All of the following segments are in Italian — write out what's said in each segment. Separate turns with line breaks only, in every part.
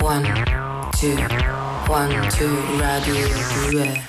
One, two, one, two, radio 2.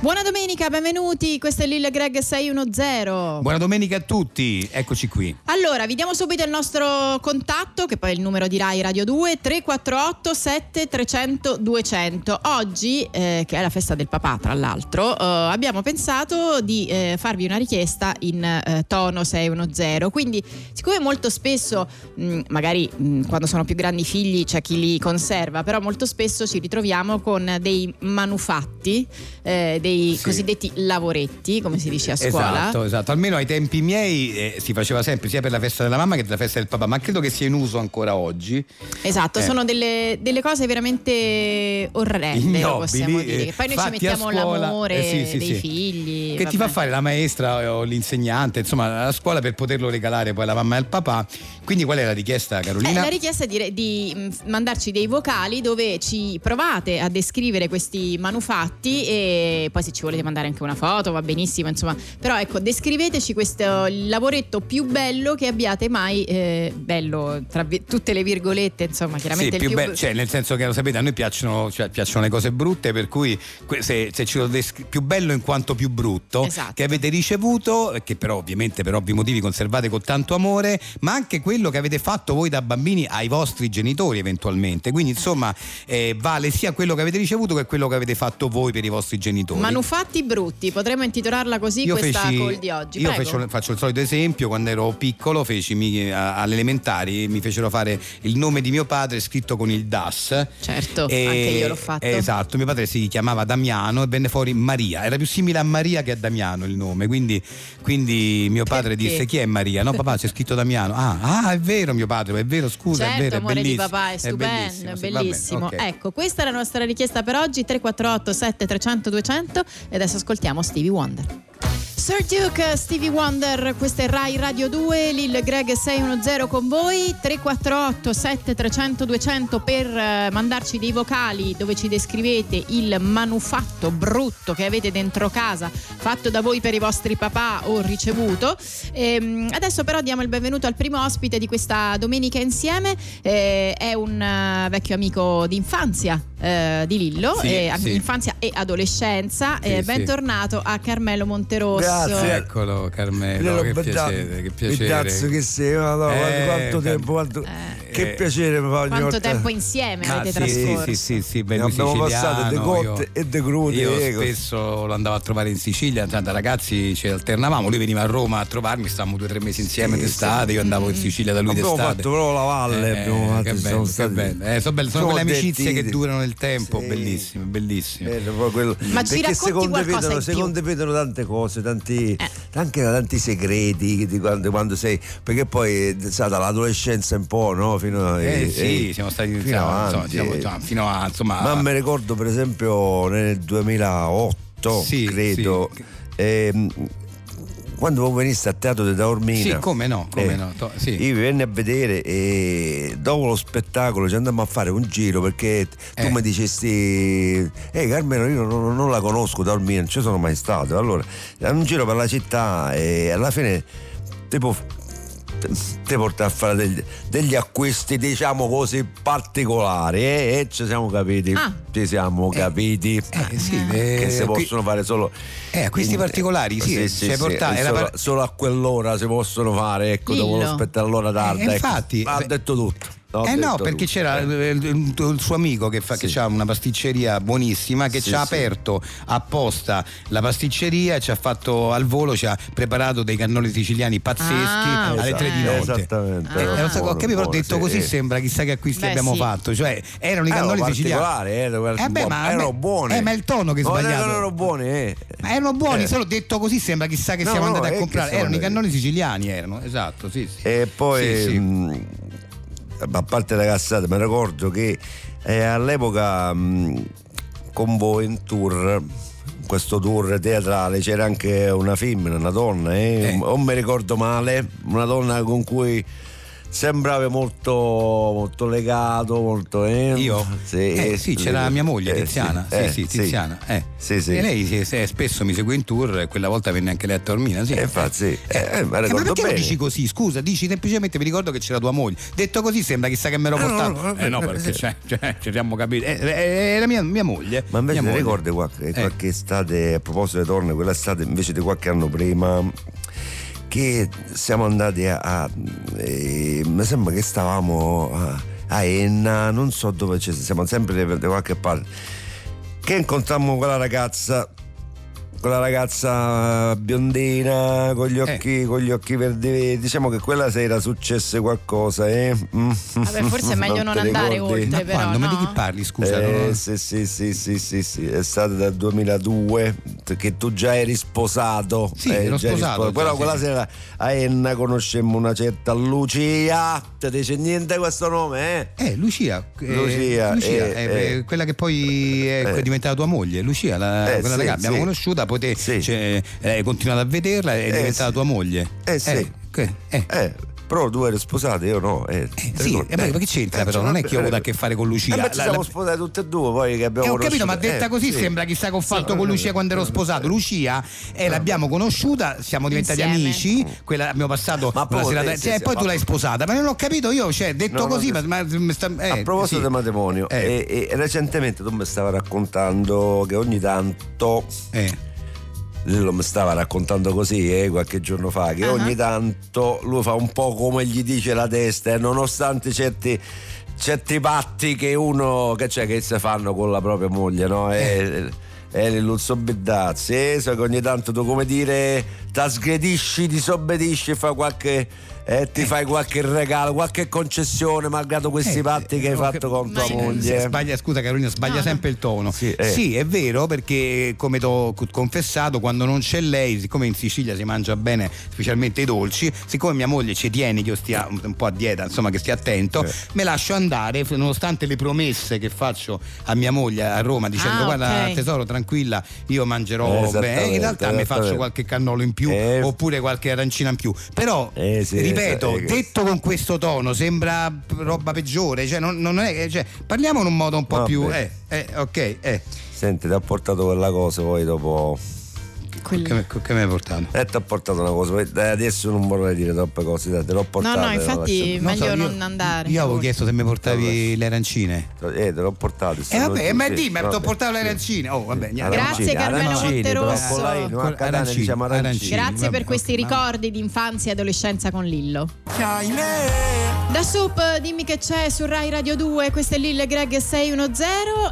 Buona domenica, benvenuti. Questo è Lil Greg 610.
Buona domenica a tutti, eccoci qui.
Allora, vi diamo subito il nostro contatto, che poi è il numero di Rai Radio 2, 348 7300 200. Oggi, eh, che è la festa del papà tra l'altro, eh, abbiamo pensato di eh, farvi una richiesta in eh, tono 610. Quindi, siccome molto spesso, mh, magari mh, quando sono più grandi i figli c'è chi li conserva, però molto spesso ci ritroviamo con dei manufatti, eh, dei
Sì.
cosiddetti lavoretti, come si dice a scuola.
Esatto, esatto. Almeno ai tempi miei eh, si faceva sempre sia per la festa della mamma che per la festa del papà, ma credo che sia in uso ancora oggi.
Esatto,
Eh.
sono delle, delle cose veramente orrende, lo Eh, possiamo
Ignobili,
dire.
eh,
Che poi noi ci
fatti a
mettiamo
scuola,
l'amore
eh, sì, sì,
dei
sì.
figli.
Che ti fa
vabbè.
fare la maestra o l'insegnante, insomma, a scuola per poterlo regalare poi alla mamma e al papà. Quindi qual è la richiesta,
Eh,
Carolina?
la richiesta è di, re- di, mh, mandarci dei vocali dove ci provate a descrivere questi manufatti e poi se ci volete mandare anche una foto va benissimo, insomma. Però ecco, descriveteci questo il lavoretto più bello che abbiate mai eh, bello tra vi- tutte le virgolette, insomma,
Sì,
chiaramente
più
il più
be- cioè, nel senso che lo sapete, a noi piacciono, cioè, piacciono le cose brutte, per cui que- se, se ci lo descri- più bello in quanto più brutto
Esatto.
che avete ricevuto, eh, che però ovviamente per ovvi motivi conservate con tanto amore, ma anche quello che avete fatto voi da bambini ai vostri genitori eventualmente. Quindi insomma eh, vale sia quello che avete ricevuto che quello che avete fatto voi per i vostri genitori.
Manufatti brutti, potremmo intitolarla così
Io
questa
feci-
call di oggi.
Io
Prego.
feci- faccio il solito esempio, quando ero piccolo feci mi, a- alle elementari mi fecero fare il nome di mio padre scritto con il DAS.
Certo,
E-
anche io l'ho fatto.
Esatto, mio padre si chiamava Damiano e venne fuori Maria. Era più simile a Maria che a Damiano il nome. Quindi, quindi mio padre
Perché?
disse: Chi è Maria? No, papà, c'è scritto Damiano. Ah, ah, è vero, mio padre, è vero, scusa,
certo,
è vero.
amore
è
di
bellissimo,
papà è
bellissimo,
stupendo, è
sì, va bene,
bellissimo.
ok.
Ecco, questa è la nostra richiesta per oggi, 348 7300 200 e adesso ascoltiamo Stevie Wonder. Sir Duke, Stevie Wonder, questa è Rai Radio 2, Lil Greg 610 con voi, 348 7300 200 per eh, mandarci dei vocali dove ci descrivete il manufatto brutto che avete dentro casa, fatto da voi per i vostri papà o ricevuto. Ehm, adesso però diamo il benvenuto al primo ospite di questa domenica insieme, eh, è un eh, vecchio amico d'infanzia eh, di Lillo,
Sì,
eh,
sì.
infanzia e adolescenza,
Sì, ecco,
eh,
sì.
bentornato a Carmelo Monterosso.
Grazie.
Eccolo Carmelo,
Piero
che
Beda-
piacere, che
Il
piacere.
cazzo che sei, madonna,
Eh,
quanto
Car-
tempo, quanto-
Eh.
che
Eh.
piacere mi fa ogni
Quanto
volta.
tempo insieme
Ma
avete
Ah, sì, sì,
trascorso?
sì, sì, sì, beh,
Ne
lui
abbiamo passate de
siciliano,
cotte
io-
e de crude,
Io
eh, cos-
spesso lo andavo a trovare in Sicilia, tra- da ragazzi ci alternavamo, lui veniva a Roma a trovarmi, stavamo due o tre mesi insieme d'estate, io andavo
Mm.
in Sicilia da lui
Abbiamo
d'estate.
fatto proprio la valle,
Eh,
abbiamo fatto,
che
siamo
bello, che
stati-
bello. Eh, sono, belle- sono
Siamo
quelle amicizie
divertiti.
che durano nel tempo,
Sì.
bellissime, bellissime. Mm.
Bello, poi quello-
Ma ci
perché
racconti
secondo
qualcosa in
vedono,
più?
secondo vedono tante cose, tanti,
Eh.
anche tanti segreti di quando, quando sei, perché poi eh, sa, dall'adolescenza un po', no? Fino a,
Eh,
eh,
sì,
eh,
siamo stati
fino
siamo-
avanti,
insomma, siamo-
eh.
insomma, fino a insomma
Ma mi ricordo per esempio nel 2008,
Sì,
credo,
sì.
ehm, quando voi veniste a teatro di Taormina. Eh,
Sì, come no, come no, to- sì.
Io vi venne a vedere e dopo lo spettacolo ci andammo a fare un giro perché tu
Eh.
mi dicesti, eh Carmelo io non, non la conosco Taormina, non ci sono mai stato. Allora, andammo un giro per la città e alla fine tipo te- te porta a fare degli, degli acquisti diciamo così particolari eh, e ci siamo capiti
Ah.
ci siamo
Eh,
capiti
eh, sì,
che
eh,
si
qui-
possono fare solo
Eh, acquisti
in-
particolari, sì, cioè, ci hai portato- era
eh, solo,
par-
solo a quell'ora si possono fare ecco
Dillo.
devono aspettare l'ora tarda
Eh,
ecco.
infatti-
ha detto tutto ho
eh no,
detto
perché
tutto.
c'era
Eh.
eh, il, il- il suo amico che, fa,
Sì.
che ha una pasticceria buonissima che
Sì,
ci ha
sì.
aperto apposta la pasticceria, ci ha fatto al volo, ci ha preparato dei cannoli siciliani pazzeschi
Ah,
alle
esatto.
tre di notte.
esattamente
Ah.
Eh,
era
non so, ho
buono,
capito, però ho
buono,
detto
sì,
così
eh.
sembra chissà che acquisti
Beh,
abbiamo
sì.
fatto, cioè erano i
Eh,
cannoli siciliani.
particolari, eh,
Eh, beh, ma-
erano
beh,
buoni.
eh, ma è il tono che
No,
sbagliato.
erano buoni, eh.
Ma erano buoni,
Eh.
se l'ho detto così sembra chissà che
No,
siamo
no,
andati
è
a
che
comprare.
sono-
Erano i cannoli siciliani, erano, esatto, sì, sì.
E poi, mm,
Sì, sì.
mh, a parte la cazzata, mi ricordo che eh, all'epoca mh, con voi in tour, in questo tour teatrale, c'era anche una femmina, una donna, eh,
Eh.
o mi ricordo male, una donna con cui sembrava molto, molto legato, molto... eh,
Io?
Sì,
Eh,
eh,
sì, c'era mia moglie,
eh,
Tiziana. Sì,
eh,
sì, Tiziana. eh.
Sì, sì.
E lei si- si- spesso mi segue in tour e quella volta venne anche lei a Taormina. Sì.
Eh, infatti, sì. Eh, eh, ma
Eh, ma
ricordo
perché lo
bene.
dici così? Scusa, dici semplicemente vi ricordo che c'era tua moglie. Detto così sembra chissà che me l'ho
Ah, no,
portato.
no, no,
eh no,
eh,
perché
sì.
cioè, cioè, ci siamo capiti. Eh, eh, era mia, mia moglie.
Ma invece
mia
ti
moglie.
ricordi qualche,
Eh.
qualche estate, a proposito di donne, quell'estate invece di qualche anno prima, che siamo andati a... a- eh, mi sembra che stavamo a, a Enna, non so dove ci siamo, sempre da qualche parte, che incontrammo quella ragazza. Quella ragazza biondina con gli
Eh.
occhi, con gli occhi verdi, diciamo che quella sera successe qualcosa. Eh? Vabbè,
forse è meglio non andare oltre.
Ma
però,
quando? Ma di
no?
chi parli? Scusa.
eh,
no?
sì, sì, sì, sì, sì, sì, è stato dal 2002 t- che tu già eri sposato.
Sì,
Eh,
ero
già eri
sposato, già,
Però
sì,
quella
sì.
sera a Enna conoscemmo una certa Lucia. Ti dice niente questo nome, eh?
Eh, Lucia, eh,
Lucia,
Lucia,
eh,
eh,
eh.
quella che poi è
Eh.
diventata tua moglie, Lucia, la-
Eh,
quella
sì,
ragazza, abbiamo
sì.
conosciuta, poté,
Sì.
cioè, hai continuato a vederla è
Eh,
diventata
sì.
tua moglie.
Eh, sì.
che- eh.
Eh, però tu eri sposato, io no. Eh,
Eh,
ti
sì,
ricordi?
eh, ma che c'entra però?
cioè,
Non è che io
vabbè,
ho avuto a che fare con Lucia.
Eh, ma ci
La-
siamo
la-
sposati tutte e due, poi che
Eh,
abbiamo
ho capito, ma
conosciuto-
detta
eh,
così
sì.
sembra chissà che ho fatto
Sì. Eh,
con Lucia quando ero sposato. Lucia, eh, l'abbiamo conosciuta, siamo diventati
Insieme.
amici, quella- abbiamo passato
Mm. Ma
una
poi-
serata.
sì,
cioè,
sì,
poi
ma-
tu l'hai sposata, ma non ho capito io, cioè, detto
No, no,
così,
sì.
ma, ma- mi sta- eh,
a proposito
sì.
del matrimonio,
Eh.
eh, eh, recentemente tu mi stavi raccontando che ogni tanto
Eh.
lui lo mi stava raccontando così eh, qualche giorno fa che
Ah.
ogni tanto lui fa un po' come gli dice la testa e nonostante certi certi patti che uno che c'è che si fanno con la propria moglie
Eh.
no? Eh, e, e lo sobbeddazzi eh, so che ogni tanto tu come dire trasgredisci disobbedisci e fa qualche eh, ti fai qualche regalo qualche concessione malgrado questi
Eh,
patti che hai
ok.
fatto con tua
Ma-
moglie
Se sbaglia, scusa Carolina, sbaglia
No, no.
sempre il tono.
Sì, eh.
è vero perché come ti ho cu- confessato, quando non c'è lei, siccome in Sicilia si mangia bene, specialmente i dolci, siccome mia moglie ci tiene che io stia un, un po' a dieta, insomma che stia attento,
Eh.
me lascio andare, f- nonostante le promesse che faccio a mia moglie a Roma dicendo
Ah,
guarda
ok.
tesoro tranquilla, io mangerò bene,
Esattamente,
in realtà mi faccio
esattamente.
qualche cannolo in più
Eh.
oppure qualche arancina in più. Però,
Eh, sì,
ripeto,
eh, che-
detto con questo tono sembra p- roba peggiore, cioè, non, non è, cioè, parliamo in un modo un po'
Vabbè.
più... Eh, eh, ok, eh.
senti ti ha portato quella cosa poi dopo
Quelli-
Che, che- che mi hai portato?
E ti ho portato una cosa, eh, adesso non vorrei dire troppe cose, dai, te l'ho portata.
no,
te la
infatti- Non
lascio-
so, meglio io- non andare.
Io avevo
Forse.
chiesto se mi portavi
Vabbè.
le arancine.
Eh, te l'ho portata.
E vabbè, eh, ma dimmi, mi ho portato le arancine. Oh, vabbè, niente.
Grazie, Carmelo Monterosso.
Arancini,
diciamo
arancini.
arancini.
Grazie
vabbè,
per questi
ok, ma-
ricordi di infanzia e adolescenza con Lillo. Da Sup, dimmi che c'è su Rai Radio 2, questo è Lille Greg 610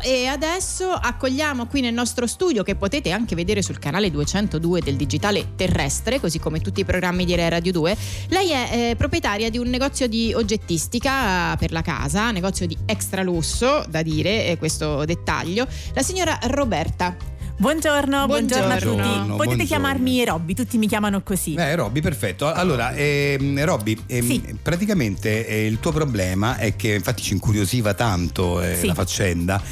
e adesso accogliamo qui nel nostro studio che potete anche vedere sul canale 202 del digitale terrestre, così come tutti i programmi di Rai Radio 2. Lei è eh, proprietaria di un negozio di oggettistica eh, per la casa, negozio di extra lusso, da dire eh, questo dettaglio, la signora Roberta.
Buongiorno, buongiorno, a tutti.
Buongiorno,
Potete
buongiorno.
chiamarmi Robby, tutti mi chiamano così.
Eh, Robby, perfetto. Allora, ehm, Robby, ehm,
Sì.
praticamente eh, il tuo problema è che infatti ci incuriosiva tanto eh,
Sì.
la faccenda.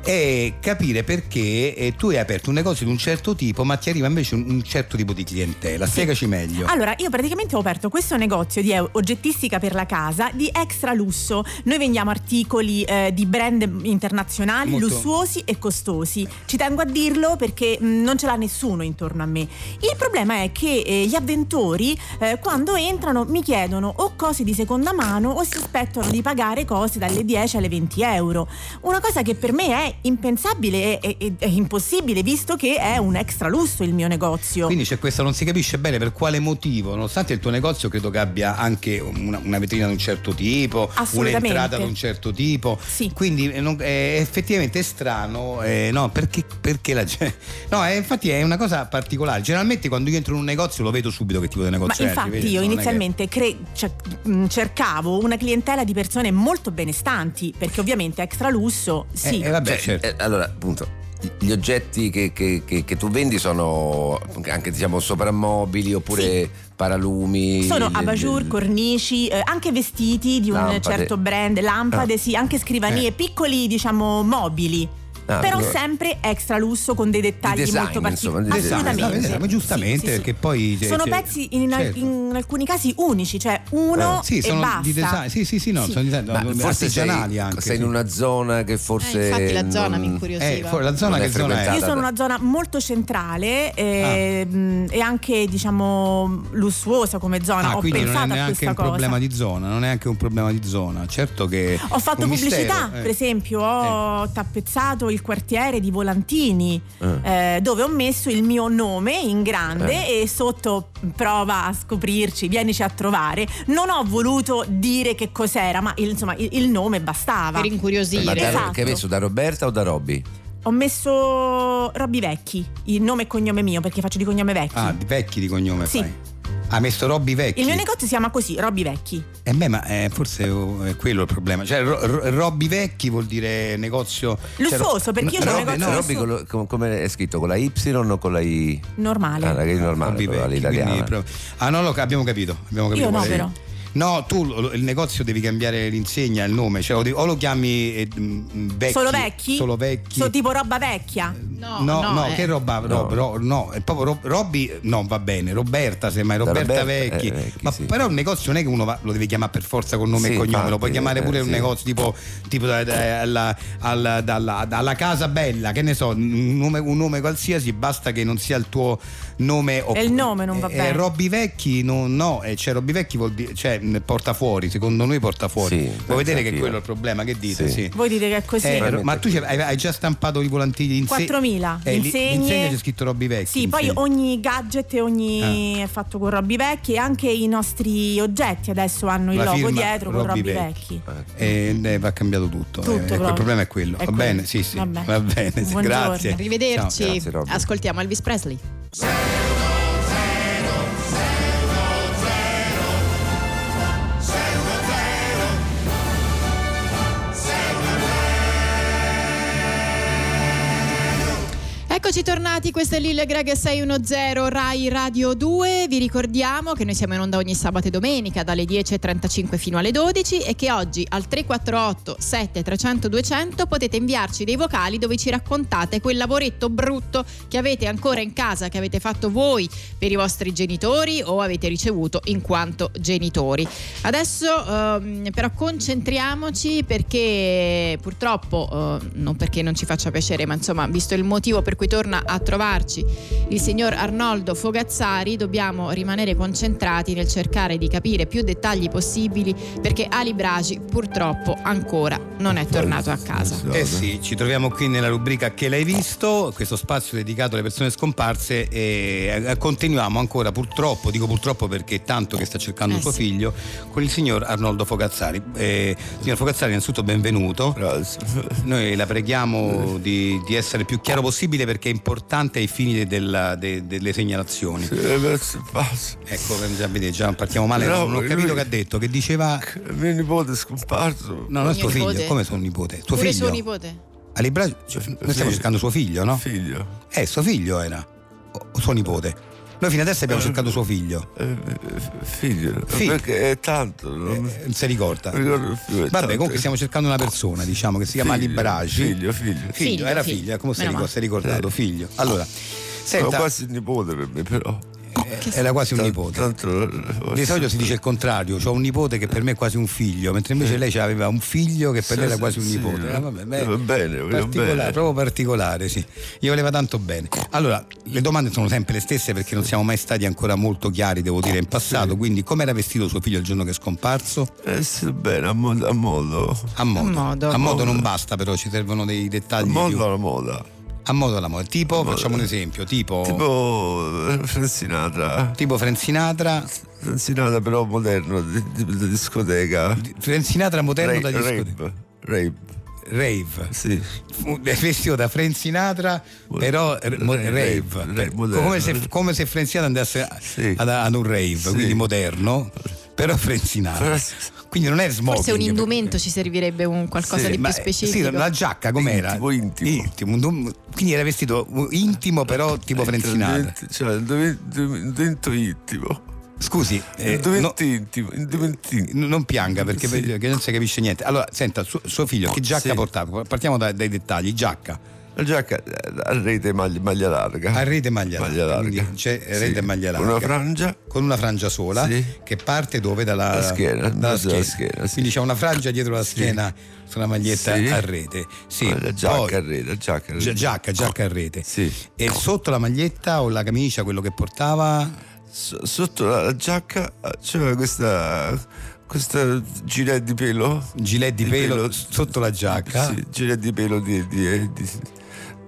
È capire perché eh, tu hai aperto un negozio di un certo tipo, ma ti arriva invece un, un certo tipo di clientela. Spiegaci meglio.
Allora, io praticamente ho aperto questo negozio di oggettistica per la casa di extra lusso. Noi vendiamo articoli eh, di brand internazionali,
Molto-
lussuosi e costosi. Ci tengo a dirlo perché mh, non ce l'ha nessuno intorno a me. Il problema è che eh, gli avventori, eh, quando entrano, mi chiedono o cose di seconda mano o si aspettano di pagare cose dalle 10 alle 20 euro. Una cosa che per me è impensabile e, e- e impossibile, visto che è un extra lusso il mio negozio.
Quindi c'è questa, non si capisce bene per quale motivo, nonostante il tuo negozio credo che abbia anche una, una vetrina di un certo tipo,
Assolutamente.
un'entrata di un certo tipo.
Sì.
Quindi eh, non- è effettivamente strano, eh, no, perché, perché la gente... No, è- infatti è una cosa particolare. Generalmente quando io entro in un negozio lo vedo subito che tipo di
Ma
negozio è.
infatti
Cioè, vedi,
io
non è che-
inizialmente cre- cioè, mh, cercavo una clientela di persone molto benestanti, perché ovviamente extra lusso,
Eh,
sì.
eh, vabbè,
Beh,
certo.
eh, allora, appunto. Gli oggetti che, che- che- che tu vendi sono anche diciamo soprammobili oppure
Sì.
eh,
paralumi.
Sono
le- le-
abajour, cornici, eh, anche vestiti di un
Lampade.
certo brand, lampade, sì, anche scrivanie,
Ah. Eh.
piccoli diciamo mobili.
Ah,
però
allora-
sempre extra lusso con dei dettagli
design,
molto
insomma,
particolari.
di design.
Assolutamente.
Esatto,
esatto, giustamente, perché poi-
sono
cioè-
pezzi in, in al-
certo.
in alcuni casi unici, cioè uno
Eh, sì,
e
sono
basta.
di design. Sì, sì, sì, no, sono di design,
Ma forse sei,
artigianali anche.
sei in
sì.
una zona che forse. mm,
Eh, infatti la zona
non-
mi incuriosiva.
Eh, for- la zona
Non è
che zona è?
frequentata.
Io sono una zona molto centrale eh,
Ah.
mh, e anche diciamo lussuosa come zona.
Ah,
Ho
quindi non è
pensato a
neanche
questa
un
cosa.
problema di zona, non è anche un problema di zona, certo che...
Ho fatto
un
pubblicità,
mistero, eh.
per esempio, ho tappezzato il quartiere di Volantini,
Ah.
eh, dove ho messo il mio nome in grande
Eh.
e sotto prova a scoprirci, vienici a trovare. Non ho voluto dire che cos'era, ma il- insomma il, il nome bastava.
per
Ma
incuriosire.
da-
Esatto.
Che hai messo da Roberta o da Robby?
Ho messo Robby Vecchi, il nome e cognome mio, perché faccio di cognome Vecchi.
Ah, di vecchi di cognome
Sì.
fai. Ha messo Robby Vecchi.
Il mio negozio si chiama così, Robby Vecchi.
Eh beh, ma eh, forse oh, è quello il problema. Cioè, ro- ro- Robby Vecchi vuol dire negozio... cioè,
Lussuoso, perché io
no,
c'ho un
Robby,
negozio
no,
lussuoso.
Robby con lo- com- come è scritto? Con la Y o con la I?
Normale.
Ah, che è normale,
Robby
però,
Vecchi,
l'italiana.
quindi pro- Ah, no, lo ca- abbiamo capito. Abbiamo capito
Io no,
qual è.
però.
No, tu lo- il negozio devi cambiare l'insegna, il nome, cioè o, devi- o lo chiami eh, mm, vecchi,
Solo vecchi?
Solo vecchi.
So, tipo roba vecchia.
No,
no,
no,
no,
eh.
che roba, Rob, ro- no, è proprio Rob- Robby, no, va bene, Roberta semmai,
Da
Roberta,
Roberta,
Vecchi,
eh, Vecchi,
ma
sì.
però il negozio non è che uno va- lo deve chiamare per forza con nome
Sì,
e cognome, lo
infatti,
puoi chiamare
eh,
pure un
sì.
negozio tipo, tipo da- da- alla, alla- dalla, dalla Casa Bella, che ne so, un nome, un nome qualsiasi, basta che non sia il tuo nome. o-
E il nome non va
eh,
bene.
Robby Vecchi, no, no eh, cioè Robby Vecchi vuol dire, cioè mh, porta fuori, secondo noi porta
Sì,
fuori,
penso
vuoi vedere che
anch'io.
quello è il problema, che dite?
Sì.
Sì.
Voi dite che è così?
Eh,
Veramente.
ma tu c'hai- hai, hai già stampato i volantini in
4.000
eh, li-
insegne.
l'insegna c'è scritto Robby Vecchi. Ah.
Sì, poi
insegna.
ogni gadget e ogni è fatto con robby vecchi e anche i nostri oggetti adesso hanno il
La
logo
firma
dietro con
Robby
robby
Vecchi.
vecchi.
Eh, eh, va cambiato tutto.
Tutto
eh, ecco, il
proprio.
problema è quello.
È
va
quello.
bene, sì, sì. Va
Vabbè.
bene, sì,
Buongiorno.
grazie.
Arrivederci.
Ciao, grazie, Robby.
Ascoltiamo Elvis Presley. Eccoci tornati, questo è Lille Greg 610 Rai Radio 2. Vi ricordiamo che noi siamo in onda ogni sabato e domenica dalle 10.35 fino alle 12 e che oggi al 348 7300 200 potete inviarci dei vocali dove ci raccontate quel lavoretto brutto che avete ancora in casa, che avete fatto voi per i vostri genitori o avete ricevuto in quanto genitori. Adesso ehm, però concentriamoci perché purtroppo, eh, non perché non ci faccia piacere, ma insomma visto il motivo per cui torna a trovarci il signor Arnoldo Fogazzari, dobbiamo rimanere concentrati nel cercare di capire più dettagli possibili perché Ali Bragi purtroppo ancora non è tornato a casa.
Eh sì, ci troviamo qui nella rubrica Che l'hai visto, questo spazio dedicato alle persone scomparse e eh, continuiamo ancora purtroppo, dico purtroppo perché è tanto che sta cercando
Eh
il suo
sì.
figlio, con il signor Arnoldo Fogazzari. Eh, signor Fogazzari, innanzitutto benvenuto. Noi la preghiamo di, di essere più chiaro possibile perché è importante ai fini de- della- de- delle segnalazioni. Ecco, già, vedete, già partiamo male,
No,
non ho
lui-
capito che ha detto, che diceva...
Mio nipote è scomparso.
No, non è
Mio
suo figlio,
nipote.
come suo nipote? Tuo
Pure
figlio?
suo nipote.
Ali Bragi- cioè, noi stiamo
Sì.
cercando suo figlio, no?
Figlio.
Eh, suo figlio era, o, o suo nipote. Noi fino adesso abbiamo cercato suo figlio,
Eh, eh, Figlio.
Figlio.
Perché è tanto. Non mi-
eh, non si ricorda.
non mi ricordo più. è
Vabbè,
tanto.
comunque stiamo cercando una persona, diciamo, che si chiama Ali
Figlio,
Bragi.
Figlio, figlio.
Figlio,
Figlio,
era
figlio.
figlio, eh, come si
Meno
ricor-
male.
si è ricordato, figlio. Allora,
Sono
senta,
quasi il nipote per me, però.
eh, era quasi un
Tan-
nipote.
Tanto. eh,
Di solito si dice il contrario, ho un nipote che per me è quasi un figlio, mentre invece lei aveva un figlio che per
Sì,
lei era
sì,
quasi un
sì.
nipote. Ah, vabbè, beh,
Va bene, va
particolare,
bene.
proprio particolare, sì. Gli voleva tanto bene. Allora, le domande sono sempre le stesse perché non siamo mai stati ancora molto chiari, devo dire, in passato. Quindi, come era vestito suo figlio il giorno che è scomparso?
Eh sì, bene, a modo. A modo,
A modo.
A modo.
A modo non basta, però ci servono dei
a
dettagli.
modo
più.
alla moda.
A modo alla moda. Tipo, facciamo un esempio: tipo, tipo,
Tipo eh, Franzinata.
Frank Sinatra.
Franzinata però moderno, di, di- di discoteca.
Frank Sinatra moderno da
Ra-
discoteca.
Rape. Rape.
Rave.
Sì.
Fu- è vestito da Frank Sinatra però r- mo- rave,
eh, Rave,
Per-
moderno.
come se, come se Frank Sinatra andasse a-
Sì.
ad, ad un rave
Sì.
quindi moderno però Frank Sinatra
Fra-
quindi non è smoking
Forse un indumento ci servirebbe un qualcosa
Sì,
di
Ma,
più
eh,
specifico.
sì, la giacca com'era?
Intimo, intimo.
un dum- quindi era vestito uh, intimo però tipo Frank Sinatra
Indumento- Cioè, indumento indumento intimo.
scusi eh, no-
Indumento intimo. Indumento intimo.
n- non pianga perché,
Sì.
perché non si capisce niente allora senta suo, suo figlio che giacca
Sì.
portava partiamo da- dai dettagli giacca
La giacca eh, a rete maglia, maglia larga.
A rete e maglia larga.
Maglia larga.
Quindi c'è
Sì.
rete e maglia larga.
Una frangia.
Con una frangia sola
Sì.
che parte dove? Dalla
La schiena,
dalla
mezzo alla schiena, sì.
Quindi c'è una frangia dietro la schiena sulla maglietta
Sì.
a rete. Sì.
Ah,
La giacca
Poi-
a rete, la giacca a rete.
Gi- Giacca, giacca a rete.
Sì.
E sotto la maglietta o la camicia, quello che portava?
S- sotto la, la giacca eh, c'era questa questa gilet di pelo
Gilet di pelo sotto la giacca?
sì, gilet di pelo di, di- di-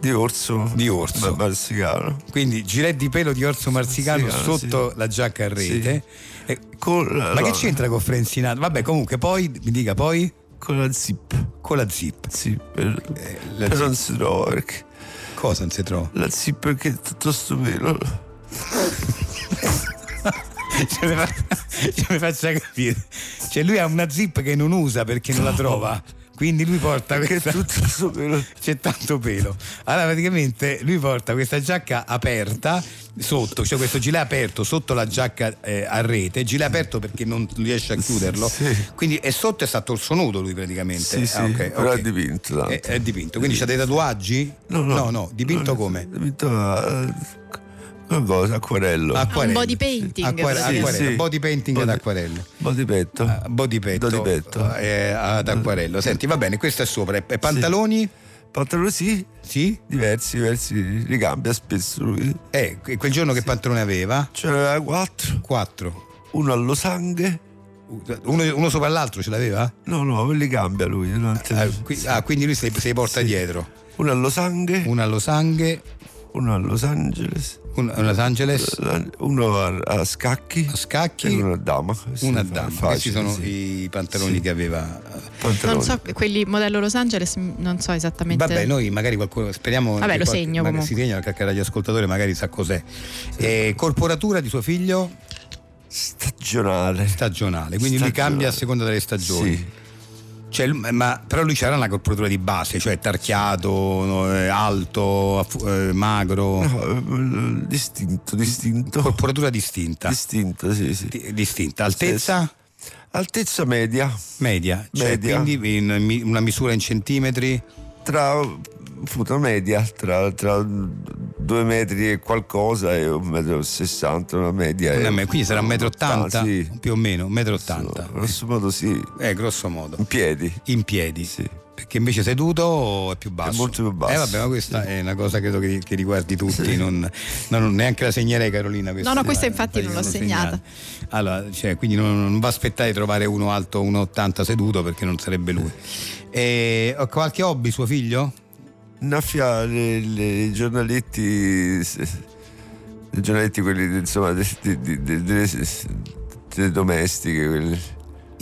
di orso
Di orso.
ma- marsicano
Quindi gilet di pelo di orso marsicano
Marsicano,
sotto
sì.
la giacca a rete. E-
Con la-
Ma che
la-
c'entra con Frenzinato? Vabbè, comunque poi mi dica poi
con la zip
con la zip.
sì, per,
Eh, la
però
zip.
non si trova perché
Cosa non si trova?
la zip perché tutto sto pelo
ce, Cioè, mi fa- ce mi faccia capire. Cioè, lui ha una zip che non usa perché non la trova. Quindi lui porta
perché
questa.
tutto sto pelo
C'è tanto pelo. Allora, praticamente lui porta questa giacca aperta sotto, cioè questo gilet aperto sotto la giacca eh, a rete, gilet aperto perché non riesce a chiuderlo.
Sì.
Quindi è sotto e sta torso nudo lui praticamente. Ah,
Sì, sì,
ok,
però
ok. Eh,
è dipinto, tanto.
È, è dipinto. Quindi c'ha dei tatuaggi? no, dipinto
No,
come?
dipinto eh, a, a cosa acquerello
Acquarello.
body painting,
Acquare-
Sì,
acquarello.
sì.
Body painting
Body-
ad acquarello.
Body petto.
Ah, Body petto,
Body petto.
eh, ad acquarello. Senti, va bene, questo è sopra. E- E pantaloni?
Pantaloni sì,
Sì?
diversi, diversi, li cambia spesso lui.
Eh, que- quel giorno che pantalone aveva?
C'era quattro,
Quattro.
uno allo sangue.
Uno, uno sopra l'altro ce l'aveva?
No, no, li cambia lui. un altro-
Ah, qui- ah, quindi lui se, se li porta dietro.
Uno allo sangue,
Uno a Los Angeles,
uno a Los Angeles,
uno a Los Angeles,
la- uno a, a scacchi,
a
e
scacchi,
uno a dama. Sì,
una a
fa-
dama. Questi
facile,
sono
sì.
i pantaloni
Sì.
che aveva.
Pantaloni.
Non so, quelli modello Los Angeles, m, non so esattamente.
Vabbè, noi magari qualcuno speriamo.
Vabbè,
che
lo
qualche-
segno
magari
comunque.
Si segna qualche radioascoltatore, magari sa cos'è. Eh, corporatura di suo figlio
Stagionale.
stagionale, quindi lui
Stagionale.
cambia a seconda delle stagioni.
Sì.
Cioè, l- ma- però lui c'era una corporatura di base, cioè tarchiato, no, eh, alto, affu- eh, magro,
No, eh, distinto, distinto.
corporatura distinta.
Distinto, sì, sì.
Di- distinta. Altezza?
Altezza media,
Media, cioè,
Media.
quindi in mi- una misura in centimetri,
tra puta media, tra, tra due metri e qualcosa e un metro e sessanta, una media.
Una
e- Ah,
me- quindi sarà un metro ottanta,
Eh, Sì,
più o meno, un metro ottanta,
grosso modo sì,
eh, grosso modo.
in piedi.
in piedi.
Sì.
Perché invece seduto è più basso.
È molto più basso.
Eh vabbè, ma questa è una cosa credo che, che riguardi tutti. Non, non- neanche la segnerei Carolina. Questa,
No, no, questa infatti non l'ho segnata.
Allora, cioè, quindi non, non va a aspettare di trovare uno alto 1,80 seduto perché non sarebbe lui. E, ho qualche hobby suo figlio?
Innaffia le- le- i giornaletti, se- i giornaletti quelli insomma de- de- de- de- delle, delle domestiche, quelli.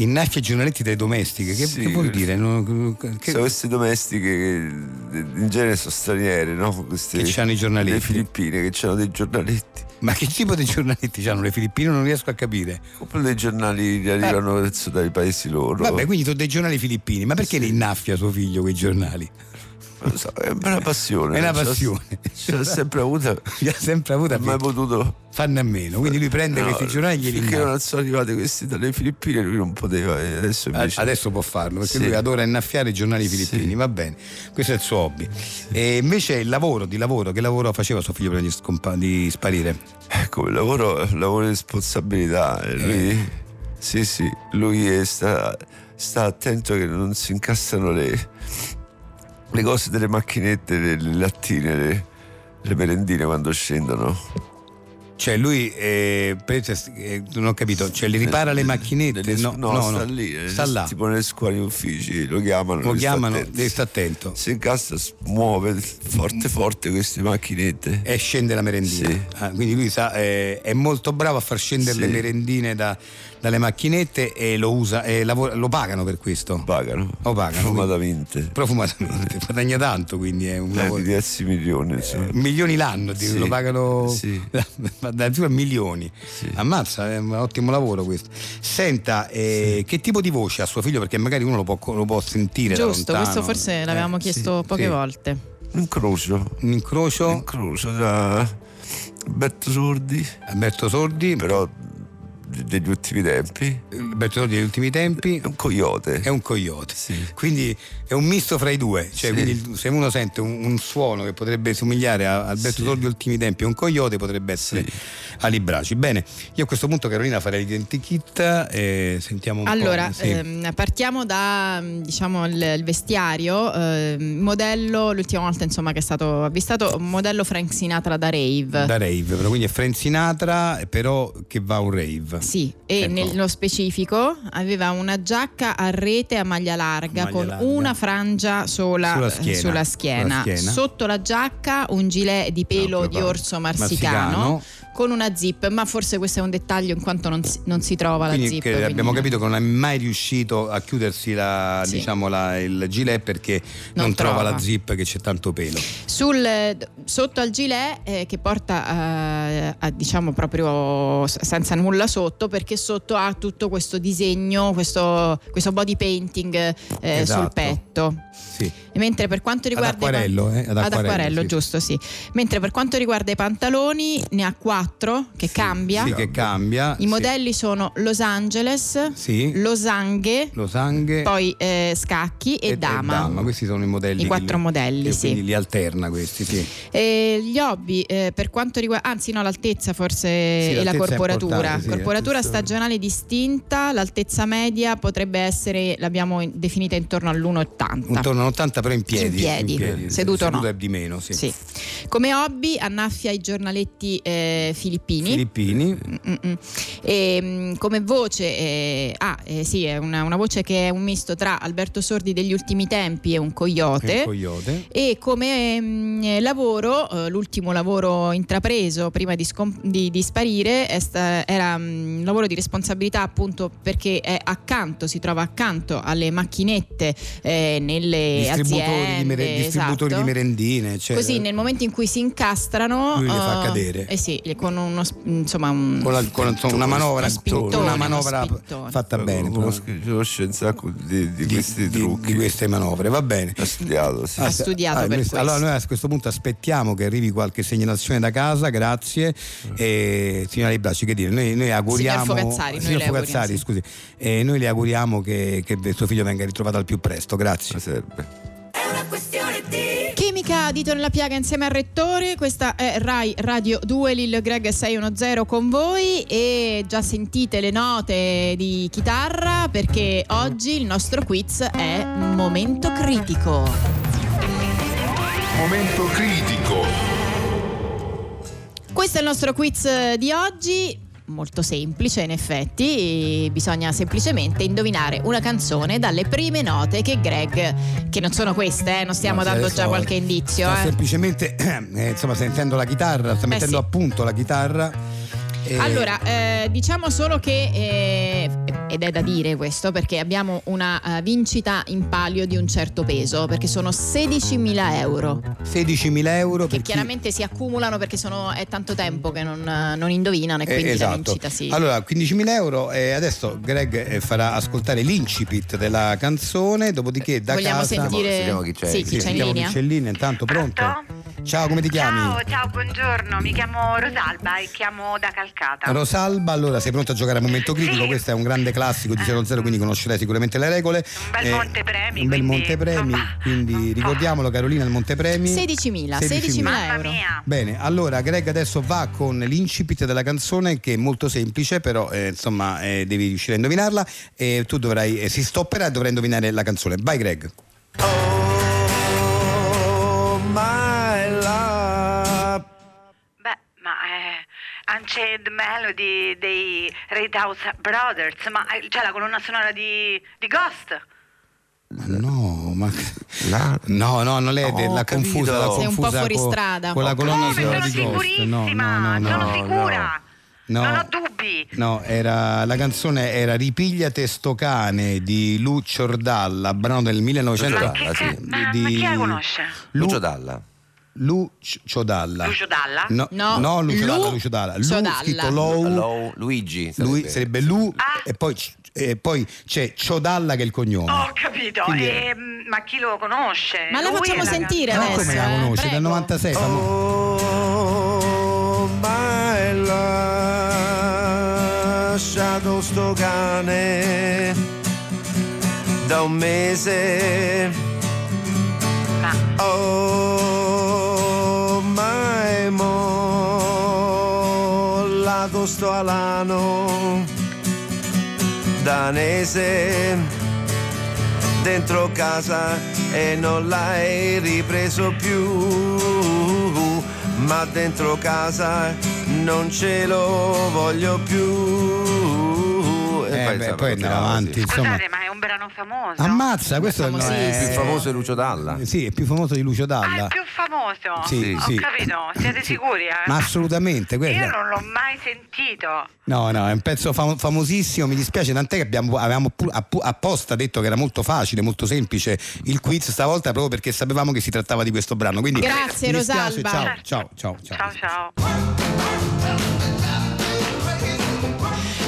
Innaffia i giornaletti delle domestiche, che,
Sì,
che vuol
quel-
dire? Non- che-
Sono queste domestiche che in genere sono straniere, no? Queste,
Che c'hanno i giornaletti.
Le Filippine che hanno dei giornaletti.
ma che tipo di giornaletti hanno le Filippine? Non riesco a capire.
Oppure dei giornali che arrivano verso dai paesi loro.
Eh. Vabbè, quindi sono dei giornali filippini, ma perché li innaffia suo figlio quei giornali?
Non so, è una passione.
È una
Cioè,
passione.
Ce l'ho sempre avuta. Non
Li ha sempre avuto
ho mai potuto.
fanno a meno. Quindi lui prende
No,
questi giornali e glieli
Finché
innaffia.
non sono arrivati questi dalle Filippine, lui non poteva. e Adesso
A-
invece.
Eh, Adesso può farlo perché
Sì.
lui adora innaffiare i giornali filippini,
Sì.
va bene, questo è il suo hobby. E invece il lavoro, di lavoro, che lavoro faceva suo figlio prima di, scompa- di sparire?
Ecco, il lavoro, il lavoro di responsabilità. e Lui,
Eh.
Sì, sì, lui è- sta, sta attento che non si incassano le, le cose delle macchinette, le, le lattine, le, le merendine quando scendono.
Cioè lui, eh, prese- eh, non ho capito, cioè li ripara le macchinette?
Nelle-
No, no,
sta
no.
lì, eh,
sta là,
tipo nelle scuole e uffici, lo chiamano.
lo
lui sta
chiamano,
attento.
devi stare attento.
Se incassa, s- muove forte, forte queste macchinette.
E scende la merendina.
Sì.
Ah, quindi lui sa, eh, è molto bravo a far scendere
Sì.
le merendine da- dalle macchinette e lo usa, e lavora- lo pagano per questo.
Pagano.
Lo pagano,
Fumatamente.
profumatamente guadagna tanto quindi è un
Eh,
lavoro Eh.
di diversi milioni, insomma.
milioni l'anno di-
Sì.
lo pagano
Sì.
ma addirittura milioni
Sì.
ammazza è un ottimo lavoro questo senta eh, che tipo di voce ha suo figlio perché magari uno lo può, lo può sentire da
Giusto,
lontano.
questo forse l'avevamo
Eh,
chiesto
sì,
poche
sì.
volte.
Un incrocio.
un incrocio
Un incrocio tra Alberto Sordi,
Alberto Sordi
però
de- degli ultimi tempi?
Il Bertolotti degli ultimi tempi
È un coyote.
è un coyote, quindi è un misto fra i due. Cioè,
Sì.
quindi se uno sente un, un suono che potrebbe somigliare a Alberto
Sì.
Sordi ultimi tempi, un coyote potrebbe essere
Sì.
Ali Braci. Bene, io a questo punto, Carolina, farei l'identikit e sentiamo un
Allora,
po'. sì.
ehm, partiamo da mh, diciamo il, il vestiario, ehm, modello, l'ultima volta insomma che è stato avvistato, modello Frank Sinatra da rave.
da rave, però quindi è Frank Sinatra, però che va a un rave.
Sì, e
Ecco.
nello specifico aveva una giacca a rete a maglia larga
Maglia
con
larga.
una frangia sola
Sulla
eh,
schiena.
sulla schiena.
Sulla schiena.
Sotto la giacca un gilet di pelo
Proprio
di
qua.
orso marsicano,
Marsicano.
con una zip, ma forse questo è un dettaglio in quanto non si, non si trova la
Quindi
zip.
che
quindi-
abbiamo capito che non è mai riuscito a chiudersi la-
Sì.
diciamo la- il gilet perché non,
Non
trova.
trova.
la zip che c'è tanto pelo.
Sul, eh, d- sotto al gilet eh, che porta eh, a, diciamo proprio s- senza nulla sotto perché sotto ha tutto questo disegno, questo, questo body painting eh,
Esatto.
sul petto.
Sì.
E Mentre per quanto riguarda i
Ad acquarello, eh? Ad
ad
acquarello,
acquarello,
sì.
giusto, sì. Mentre per quanto riguarda i pantaloni ne ha quattro che cambia.
Sì, che cambia.
I modelli sono Los Angeles,
Sì. Sì.
Losanghe,
Losanghe
poi eh, Scacchi e, Dama.
Questi sono i modelli.
I quattro
che-
modelli,
che
sì.
Quindi li alterna questi, sì.
E gli hobby eh, per quanto riguarda, anzi no, l'altezza forse e la
l'altezza è
corporatura.
importante, sì,
corporatura
l'altezza-
stagionale distinta, l'altezza media potrebbe essere, l'abbiamo in- definita intorno all'1,80.
Intorno all'80 però in piedi.
In piedi. Seduto no.
è di meno, sì.
Sì. Come hobby annaffia i giornaletti eh, filippini. Mm,
Filippini.
Mm-mm. E, mm, come voce, eh, ah, eh, sì, è una, una voce che è un misto tra Alberto Sordi degli ultimi tempi e un coyote.
e Coyote.
E come mm, eh, lavoro, eh, l'ultimo lavoro intrapreso prima di, scom- di- di sparire è sta- era mm, un lavoro di responsabilità appunto perché è accanto, si trova accanto alle macchinette eh, nelle
Distributori,
aziende.
di, mere- distributori
esatto.
di merendine. Cioè,
Così nel momento in cui si incastrano
Lui le fa
eh,
cadere.
eh sì, le- con uno sp- insomma un-
Con, la- con la- insomma, una manovra,
Uno spittone,
una
uno
manovra
spittone.
fatta bene.
Conosco-
però-
Conosce un sacco di, di questi
di- Ah.
trucchi.
di queste manovre, va bene.
Ha studiato, sì.
Ha
se-
studiato per
noi-
questo.
Allora noi a questo punto aspettiamo che arrivi qualche segnalazione da casa, grazie. E, signora Libraci, che dire? Noi, noi auguriamo...
Signor Fogazzari, noi
signor
le auguriamo,
Fogazzari,
sì.
scusi. Eh, noi le auguriamo che, che suo figlio venga ritrovato al più presto, grazie.
Ma serve.
Chimica, dito nella piaga insieme al rettore, questa è Rai Radio 2, Lil Greg 610 con voi e già sentite le note di chitarra perché oggi il nostro quiz è Momento Critico.
Momento critico.
Questo è il nostro quiz eh, di oggi, molto semplice in effetti, e bisogna semplicemente indovinare una canzone dalle prime note che Greg, che non sono queste, eh, non stiamo
No, sì,
dando
adesso
già qualche indizio.
Sta
eh.
semplicemente, eh, insomma, sentendo la chitarra, sta mettendo
sì.
a punto la chitarra. e-
Allora, eh, diciamo solo che, eh, ed è da dire questo, perché abbiamo una eh, vincita in palio di un certo peso, perché sono 16.000 euro,
16.000 euro.
che
per chi-
chiaramente si accumulano perché sono, è tanto tempo che non, eh, non indovinano e
Eh,
quindi la
esatto.
vincita si...
Allora, 15.000 euro. eh, adesso Greg eh, farà ascoltare l'incipit della canzone. Dopodiché, da
Vogliamo
casa
sentire... eh?
sentiamo chi c'è.
Sì, chi
Sì,
c'è in
sentiamo
linea?
Picellina, intanto pronto?
Pronto?
Ciao, come ti chiami?
Ciao, ciao, buongiorno, mi chiamo Rosalba e chiamo da Calcata.
Rosalba, allora sei pronta a giocare a momento critico?
Sì.
Questo è un grande classico di 0 0 quindi conoscerai sicuramente le regole. Eh,
Un bel montepremi,
Un bel
quindi,
montepremi,
insomma.
quindi ricordiamolo Carolina il montepremi.
16.000,
16.000.
16.000
Mamma
euro.
mia.
Bene, allora Greg adesso va con l'incipit della canzone che è molto semplice, però eh, insomma eh, devi riuscire a indovinarla e tu dovrai, eh, si stopperà e dovrai indovinare la canzone. Vai Greg.
Oh, my love.
Beh, ma è Unchained Melody dei Raidhouse Brothers, ma eh, c'è la colonna sonora di, di Ghost.
No, ma...
La-
No, no, non è
Ho
la
capito.
confusa, l'ha
Sei
un po'
confusa
fuori
co-
strada.
Con la
Ho
colonna
Come?
sonora
Oh, Sono
di Ghost. No,
sicurissima,
no, no,
sono
no.
sicura.
No.
Non ho dubbi.
No, era, la canzone era Ripigliate sto cane di Lucio Ordalla, brano del 1900.
Ma, che
Dalla,
ca-
sì.
ma- ma chi la conosce?
Lu-
Lucio Dalla.
Lucio Dalla.
Lucio Dalla?
No,
No.
no, Lucio
Lu-
Dalla, Lucio Dalla. Lu,
Ciodalla.
scritto Lou,
Hello, Luigi.
lui sarebbe Lu
Ah.
e poi, c- e poi c'è Ciodalla che è il cognome.
Ho capito,
Quindi è-
ehm, ma chi lo conosce?
Ma la
Lui
facciamo
è
sentire
Ma
canzone.
adesso,
Ah, come la
eh,
conosci? Dal
prego.
96 famo-
Oh, my love. lasciato sto cane da un mese. Oh, ma è mollato sto alano danese dentro casa e non l'hai ripreso più, ma dentro casa non ce lo voglio più.
Eh, beh,
sarà
poi andiamo
continuato
avanti,
così.
insomma. Ah,
Scusate, ma è un brano famoso.
Ammazza, questo è,
Siamo sì,
è-
Il più famoso è Lucio Dalla.
Sì, è più famoso di Lucio
Ah,
Dalla.
è più famoso.
Sì,
Ho
sì.
capito, siete
Sì.
sicuri? Eh?
Ma assolutamente, guarda.
Io non l'ho mai sentito.
No, no, è un pezzo fam- famosissimo, mi dispiace, tant'è che abbiamo, avevamo pu- appu- apposta detto che era molto facile, molto semplice il quiz stavolta proprio perché sapevamo che si trattava di questo brano. Quindi
Grazie,
mi dispiace,
Rosalba.
Ciao, ciao, ciao.
Ciao ciao.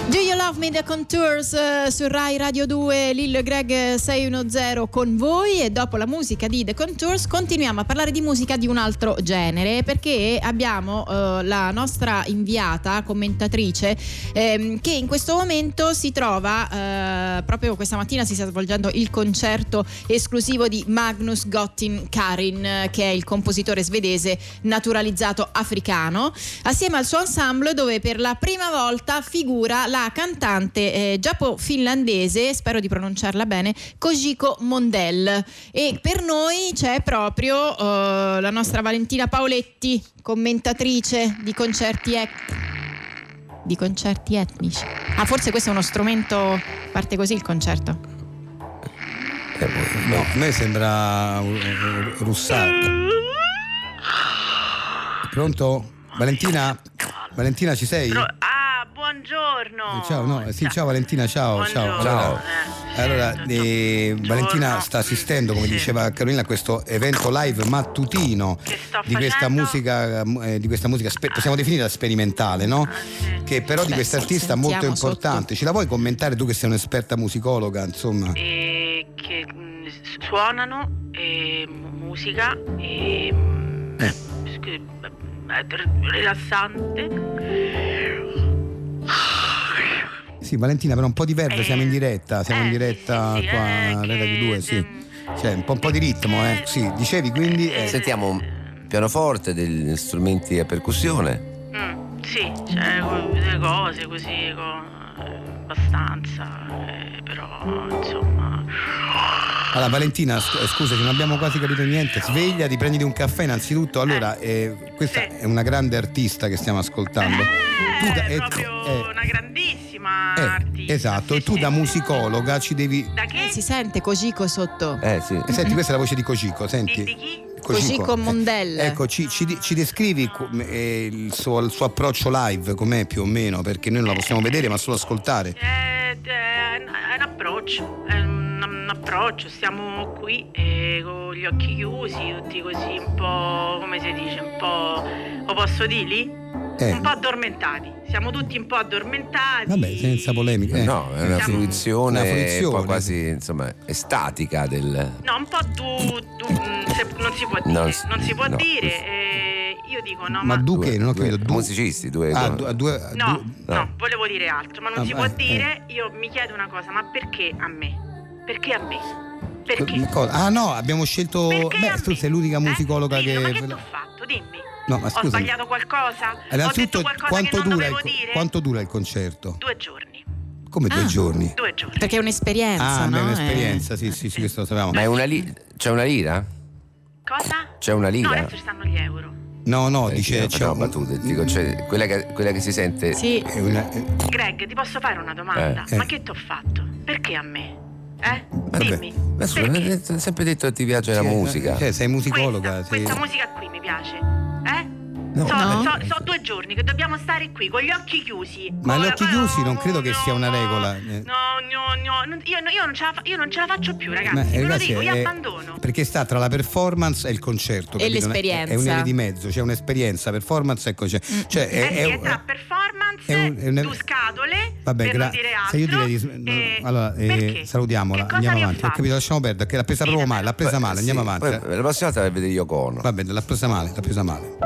Do You Love Me The Contours eh, su Rai Radio 2 Lil Greg 610 con voi e dopo la musica di The Contours continuiamo a parlare di musica di un altro genere perché abbiamo eh, la nostra inviata commentatrice ehm, che in questo momento si trova eh, proprio questa mattina si sta svolgendo il concerto esclusivo di Magnus Gottin Karin eh, che è il compositore svedese naturalizzato africano assieme al suo ensemble dove per la prima volta figura la cantante eh, giappo-finlandese, spero di pronunciarla bene, Kojiko Mondel. E per noi c'è proprio eh, la nostra Valentina Paoletti, commentatrice di concerti et- di concerti etnici. Ah, forse questo è uno strumento, parte così il concerto.
No, a me sembra uh, russato. Pronto? Valentina? Valentina ci sei?
Pro- ah, buongiorno.
Eh, Ciao, no, sì, ciao Valentina, ciao, ciao.
Buongiorno.
Allora,
Eh,
allora,
certo,
eh,
buongiorno.
Valentina sta assistendo, come
Sì.
diceva Carolina, a questo evento live mattutino
Che sto
di questa
facendo?
musica, eh, di questa musica spe- possiamo definirla sperimentale, no?
Ah, sì.
Che però di
Beh,
questa artista
sentiamo
molto importante.
sotto.
Ce la vuoi commentare tu che sei un'esperta musicologa, insomma?
E che mm, s- suonano e mu- musica e mm,
Eh.
scu- eh, r- rilassante.
Sì, Valentina, però un po' di verve,
Eh,
siamo in diretta, siamo in
eh,
diretta
sì, sì, sì,
qua
eh,
a
che-
Radio 2, sì.
mm.
Cioè, un po', un po' di ritmo, eh. Sì, dicevi quindi. eh,
Sentiamo un pianoforte, degli strumenti a percussione.
Mm, sì, cioè co- delle cose così con eh, abbastanza, eh, però insomma.
Allora Valentina, sc- scusaci, non abbiamo quasi capito niente. Svegliati, prenditi un caffè innanzitutto. Allora, eh, questa
Sì.
è una grande artista che stiamo ascoltando.
Eh,
Tu da-
è
eh,
proprio
eh,
una grandissima
eh,
artista.
esatto,
sì,
e tu
sì.
da musicologa ci devi...
Da che?
Eh, si sente Kojiko sotto.
Eh sì.
eh, Senti, questa è la voce di Cocico,
Di, di
senti.
chi?
Cocico Mondel.
Eh, Ecco, ci, ci di- ci descrivi com- eh, il, suo, il suo approccio live, com'è più o meno, perché noi non la possiamo vedere ma solo ascoltare.
È, è un- Eh, è un approccio, è un, un approccio, stiamo qui eh, con gli occhi chiusi, tutti così un po', come si dice, un po', lo posso dirli?
Eh,
Un po' addormentati, siamo tutti un po' addormentati.
vabbè, senza polemica. eh.
No, è una
Siamo-
fruizione,
Una fruizione.
un po' quasi insomma estatica del.
No, un po' du, du- mm, se- non si può dire,
No,
non,
s-
si può
no,
dire,
questo-
eh, io dico no,
Ma
ma...
du che? Non ho
due
capito. Du-
musicisti, due-
Ah,
due-
du- due-
No,
du-
no.
no, volevo dire altro, ma non
Ah,
si
eh,
può
eh.
dire, io mi chiedo una cosa, ma perché a me? Perché a me? Perché?
Cosa? Ah no, abbiamo scelto.
Perché a
Beh, tu
me?
sei l'unica
Eh?
musicologa
Dillo, Ma che
che.
t'ho fatto? Dimmi.
No, ma
Ho
scusa.
sbagliato qualcosa? Ho detto
Innanzitutto,
qualcosa
quanto
che non
dura, il,
dovevo dire?
quanto dura il concerto?
Due giorni.
Come due
Ah.
giorni?
Due giorni.
Perché è un'esperienza,
ah,
no?
è un'esperienza,
Eh.
sì, sì, sì, questo lo sapevamo.
Ma è una li- c'è una lira?
Cosa?
C'è una lira?
No, adesso ci stanno gli euro.
No, no,
Eh,
Oh, dice.
no,
c'è
no,
un-
battute, dico, c'è quella, che, quella che si sente.
Sì.
è una- eh,
Greg, ti posso fare una domanda?
Eh, eh.
Ma che t'ho fatto? Perché a me? Eh?
vabbè.
Dimmi.
Ma scusa,
perché?
hai sempre detto che ti piace la
sì,
musica.
Cioè, sei musicologa.
Questa, questa
sì.
musica qui mi piace. Eh? so,
No.
so- so due giorni che dobbiamo stare qui con gli occhi chiusi.
Ma
Con
gli
la-
occhi chiusi non credo che sia una regola. Eh.
No, no, no, non- io, io non ce la fa- io non ce la faccio più, ragazzi.
Ma, eh,
Ve lo
ragazzi,
dico, io
è-
abbandono.
Perché sta tra la performance e il concerto.
E
capito?
l'esperienza. Mm.
È un'idea di mezzo, c'è un'esperienza, performance e concerto. Cioè,
Eh
è,
sì,
è-
è tra performance,
è un- è un-
due scatole,
Vabbè,
per
gra-
non dire altro.
se io direi di sm- no,
eh,
allora, eh,
perché?
salutiamola,
Che cosa
andiamo
vi ho
avanti. Ho
fatto?
capito, lasciamo perdere, che l'ha presa proprio male, l'ha presa
Beh,
male, andiamo
sì,
avanti. eh.
poi la prossima volta la vede Yoko Ono.
Vabbè, l'ha presa male, l'ha presa male.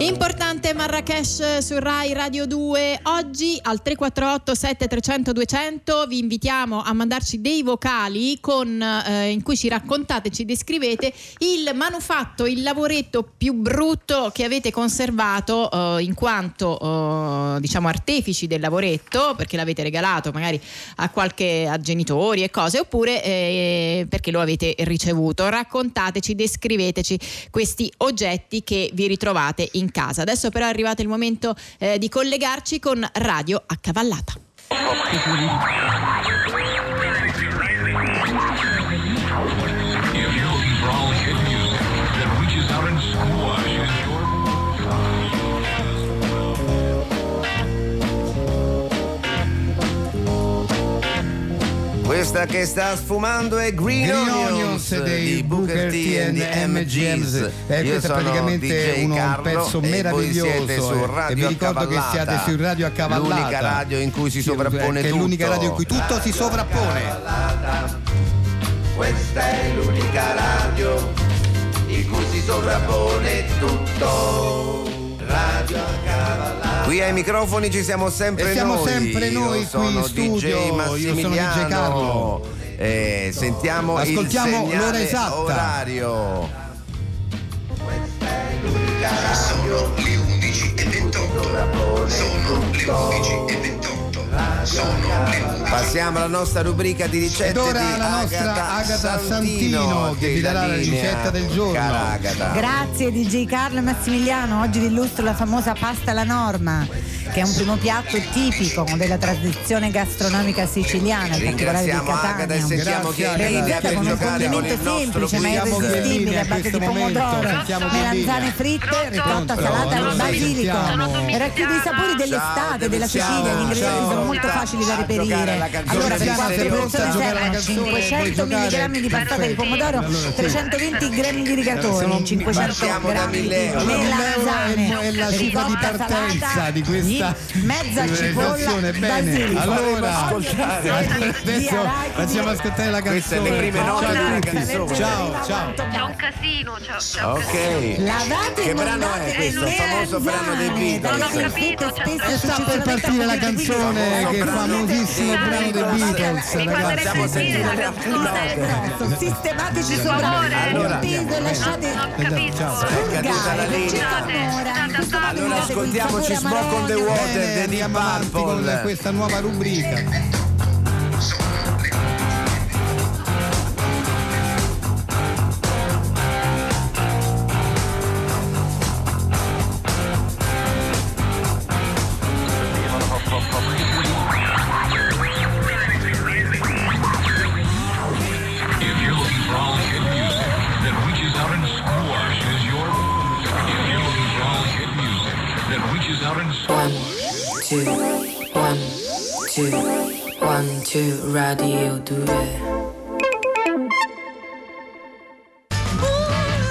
Importante Marrakesh su Rai Radio 2 oggi al 348 7300 200 vi invitiamo a mandarci dei vocali con, eh, in cui ci raccontate, ci descrivete il manufatto, il lavoretto più brutto che avete conservato eh, in quanto eh, diciamo artefici del lavoretto perché l'avete regalato magari a qualche a genitori e cose oppure eh, perché lo avete ricevuto. Raccontateci, descriveteci questi oggetti che vi ritrovate in casa. Adesso però è arrivato il momento eh, di collegarci con Radio Accavallata.
Questa che sta sfumando è Green,
Green Onions dei Booker T and the MGMs. Eh,
Io
questo è
sono
praticamente
DJ
uno- un
Carlo
pezzo
e voi
meraviglioso,
siete su
eh.
Radio
E vi ricordo che
Accavallata,
siate su Radio Accavallata.
L'unica radio in cui si
Sì, eh,
sovrappone
che è
tutto.
l'unica radio in cui tutto si sovrappone.
Questa è l'unica radio in cui si sovrappone tutto. Radio Qui ai microfoni ci siamo sempre
E siamo
noi.
sempre noi
io
qui in
sono
studio, io
DJ
sono
Massimiliano.
DJ Carlo.
Eh, sentiamo
Ascoltiamo
il segnale
l'ora esatta.
orario.
Sono le 11 e 28. Sono le 11 e 28. Sono le 11.
Passiamo alla nostra rubrica di ricette
Ed ora
di
la nostra
Agata,
Agata
Santino,
Santino, che
che
vi darà la
linea.
ricetta del giorno.
Cara Agata.
Grazie DJ Carlo e Massimiliano, oggi vi illustro la famosa pasta alla norma, che è un primo piatto tipico della tradizione gastronomica siciliana, in particolare di
Ringraziamo Agata e
Catania.
sentiamo
Grazie,
che
Agata.
l'idea
Realizzata
per
con un
giocare con il
condimento
nostro
semplice ma
Guglielmo Bellini
irresistibile
a
a base di
questo momento.
pomodoro,
Sentiamo Bellini.
melanzane fritte,
Pronto?
ricotta salata
Pronto?
al basilico.
Sentiamo.
E racchiude i sapori
Ciao,
dell'estate, della
ciao,
Sicilia, gli ingredienti
ciao.
sono molto
Ciao.
facili da
A giocare alla
reperire.
canzone
Allora per
di
quattro
Sergio Certo,
persone
Rosa.
servono
Giocare alla canzone,
500
puoi giocare.
mg di passata di pomodoro,
Allora,
sì.
320 g di
Allora,
rigatoni,
sono-
500
partiamo da
g di
1000 euro.
melanzane,
È la cifra di
ricotta
partenza
salata,
di questa
gli- mezza cipolla,
civilizazione. Bene,
basilico.
allora
Ascoltare.
adesso facciamo ascoltare la
Queste
canzone.
le prime
Ciao
note
a
della
tutti.
canzone.
Ciao, ciao.
C'è un casino, c'è, c'è un casino.
Ok.
Lavate
Che
e
brano è
mondate
questo?
le
Il famoso brano dei
melanzane,
Beatles.
perché
Non ho
sono
capito, cioè,
fette spesso
E sta per partire
successivamente
la
appuntite, quindi
canzone
sono
che è
brano
famosissimo
dei
brano dei
Beatles.
Beatles,
Mi
ragazzi.
farebbe
Facciamo
sentire
sentire
la
la
canzone.
canzone.
Grosso, Sistematici
Suo
sopra
amore.
Allora,
appeso e lasciate
Non capisco.
Ciao.
È caduta la
Gare,
linea.
circa un'ora, in questo modo
Allora
vi seguite il
ascoltiamoci
sapore
Smoke on the
amarognolo.
Water
Bene,
dei Deep
andiamo avanti con
Purple.
questa nuova rubrica.
One, two, one, two, one, two, radio due.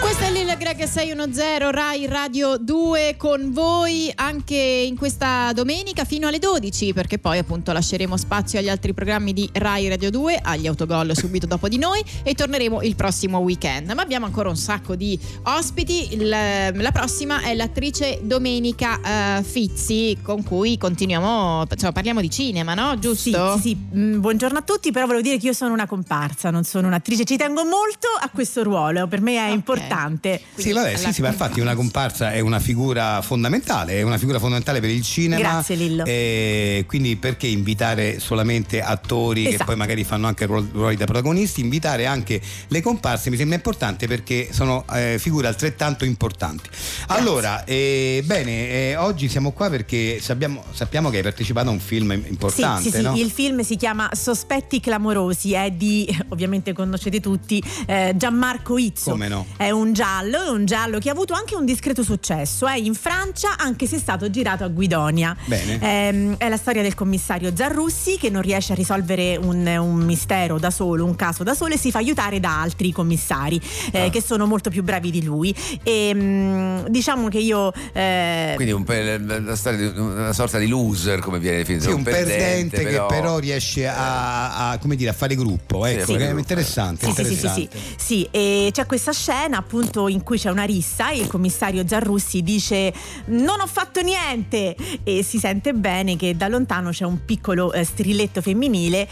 Questo è Lil Greg 610 Rai Radio 2 con voi anche in questa domenica fino alle 12 perché poi appunto lasceremo spazio agli altri programmi di Rai Radio 2, agli autogol subito dopo di noi e torneremo il prossimo weekend. Ma abbiamo ancora un sacco di ospiti, Il- ehm, la prossima è l'attrice Domenica eh, Fizzi con cui continuiamo, insomma, parliamo di cinema, no?
Sì,
Giusto?
sì, sì. Mm, buongiorno a tutti, però volevo dire che io sono una comparsa, non sono un'attrice, ci tengo molto a questo ruolo, per me è
Ok.
importante.
Sì, vabbè, sì, sì, ma infatti una comparsa è una figura fondamentale, è una figura fondamentale per il cinema.
Grazie, Lillo.
E Eh, quindi perché invitare solamente attori che
Esatto.
poi magari fanno anche ruol- ruoli da protagonisti, invitare anche le comparse mi sembra importante perché sono eh, figure altrettanto importanti. Allora, eh, bene, eh, oggi siamo qua perché sappiamo, sappiamo che hai partecipato a un film
Sì,
importante,
sì, sì,
no?
il film si chiama Sospetti clamorosi, è di, ovviamente conoscete tutti, eh, Gianmarco Izzo.
Come no?
È un giallo, è un giallo che ha avuto anche un discreto successo, è in Francia anche se è stato girato a Guidonia.
Bene.
Ehm, è la storia del commissario Zarrussi che non riesce a risolvere un, un mistero da solo, un caso da solo e si fa aiutare da altri commissari eh,
Ah.
che sono molto più bravi di lui. E, mm, diciamo che io... eh,
Quindi un pe- la storia di una sorta di loser, come viene definito.
Sì, un perdente, che però riesce a, a, come dire, a fare gruppo,
Sì,
ecco,
sì.
che è interessante.
Sì, sì, sì, sì,
interessante.
sì. Sì, e c'è questa scena appunto in cui c'è un una rissa e il commissario Giarrussi dice non ho fatto niente e si sente bene che da lontano c'è un piccolo eh, strilletto femminile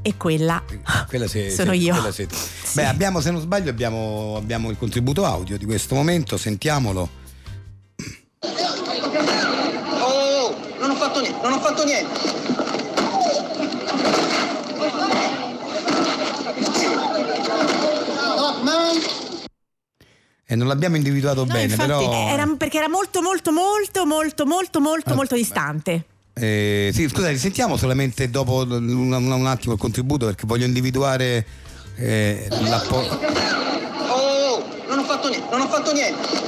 e quella,
Quella se-
sono
se-
io.
quella se-
Sì.
Beh, abbiamo, se non sbaglio, abbiamo, abbiamo il contributo audio di questo momento, sentiamolo.
Oh, oh, oh, non ho fatto niente, non ho fatto niente. Top man.
E non l'abbiamo individuato
No,
bene,
infatti,
però.
Eh, era- perché era molto molto molto molto molto molto molto distante.
Eh, sì, scusa, risentiamo solamente dopo l- un, un- un attimo il contributo perché voglio individuare eh, l'appo-
Oh, oh, oh, non ho fatto niente, non ho fatto niente.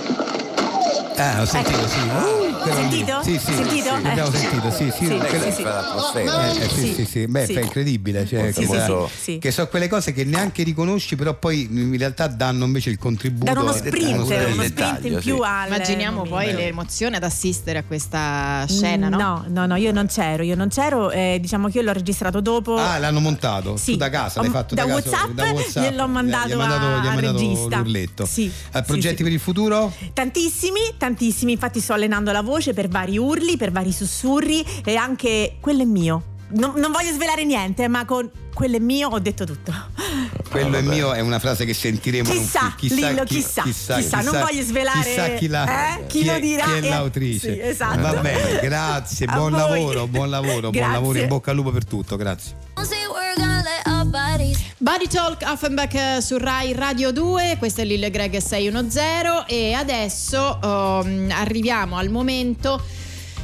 Ah, ho sentito, sì. Ah, quello lì.
Ecco. Uh, Sentito?
Sì, sì,
Sentito?
sì, l'abbiamo
Eh.
sentito, sì, sì.
Sì,
quella-
sì, sì.
l'atmosfera.
Eh, eh, sì,
Sì.
sì, sì. Beh,
Sì.
è incredibile. Cioè,
Sì,
che,
sì,
so,
sì, sì.
che so quelle cose che neanche riconosci, però poi in realtà danno invece il contributo. eh,
Danno uno
al-
sprint,
dettaglio,
uno
il
sprint in
dettaglio,
più
sì.
al
Immaginiamo poi
momento.
l'emozione ad assistere a questa scena, no?
No, no, no, io non c'ero, io non c'ero, eh, diciamo che io l'ho registrato dopo.
Ah, l'hanno montato
Eh, Sì.
tu da casa,
Ho-
l'hai fatto da,
da
casa,
WhatsApp, gliel'ho
Gli-
mandato
gli hai mandato,
a-
gli hai
al
mandato
regista.
l'urletto.
Sì,
Eh,
sì,
progetti
sì.
per il futuro?
Tantissimi, tantissimi, infatti sto allenando la voce per vari urli, per vari sussurri e anche quello è mio. Non, non voglio svelare niente, ma con quello è mio ho detto tutto.
Quello è
vabbè.
mio è una frase che sentiremo in un
Eh, Chissà,
film.
Lillo,
chi-
chissà, chissà, non voglio svelare
chissà chi, la-
eh, chi
chi
lo
è-
dirà
chi è
e-
l'autrice.
sì, esatto.
Va bene, grazie,
A
buon
voi.
lavoro, buon lavoro, buon
Grazie.
lavoro, in bocca al lupo per tutto, grazie.
Body Talk Offenbach eh, su Rai Radio 2, questo è Lil Greg 610 e adesso ehm, arriviamo al momento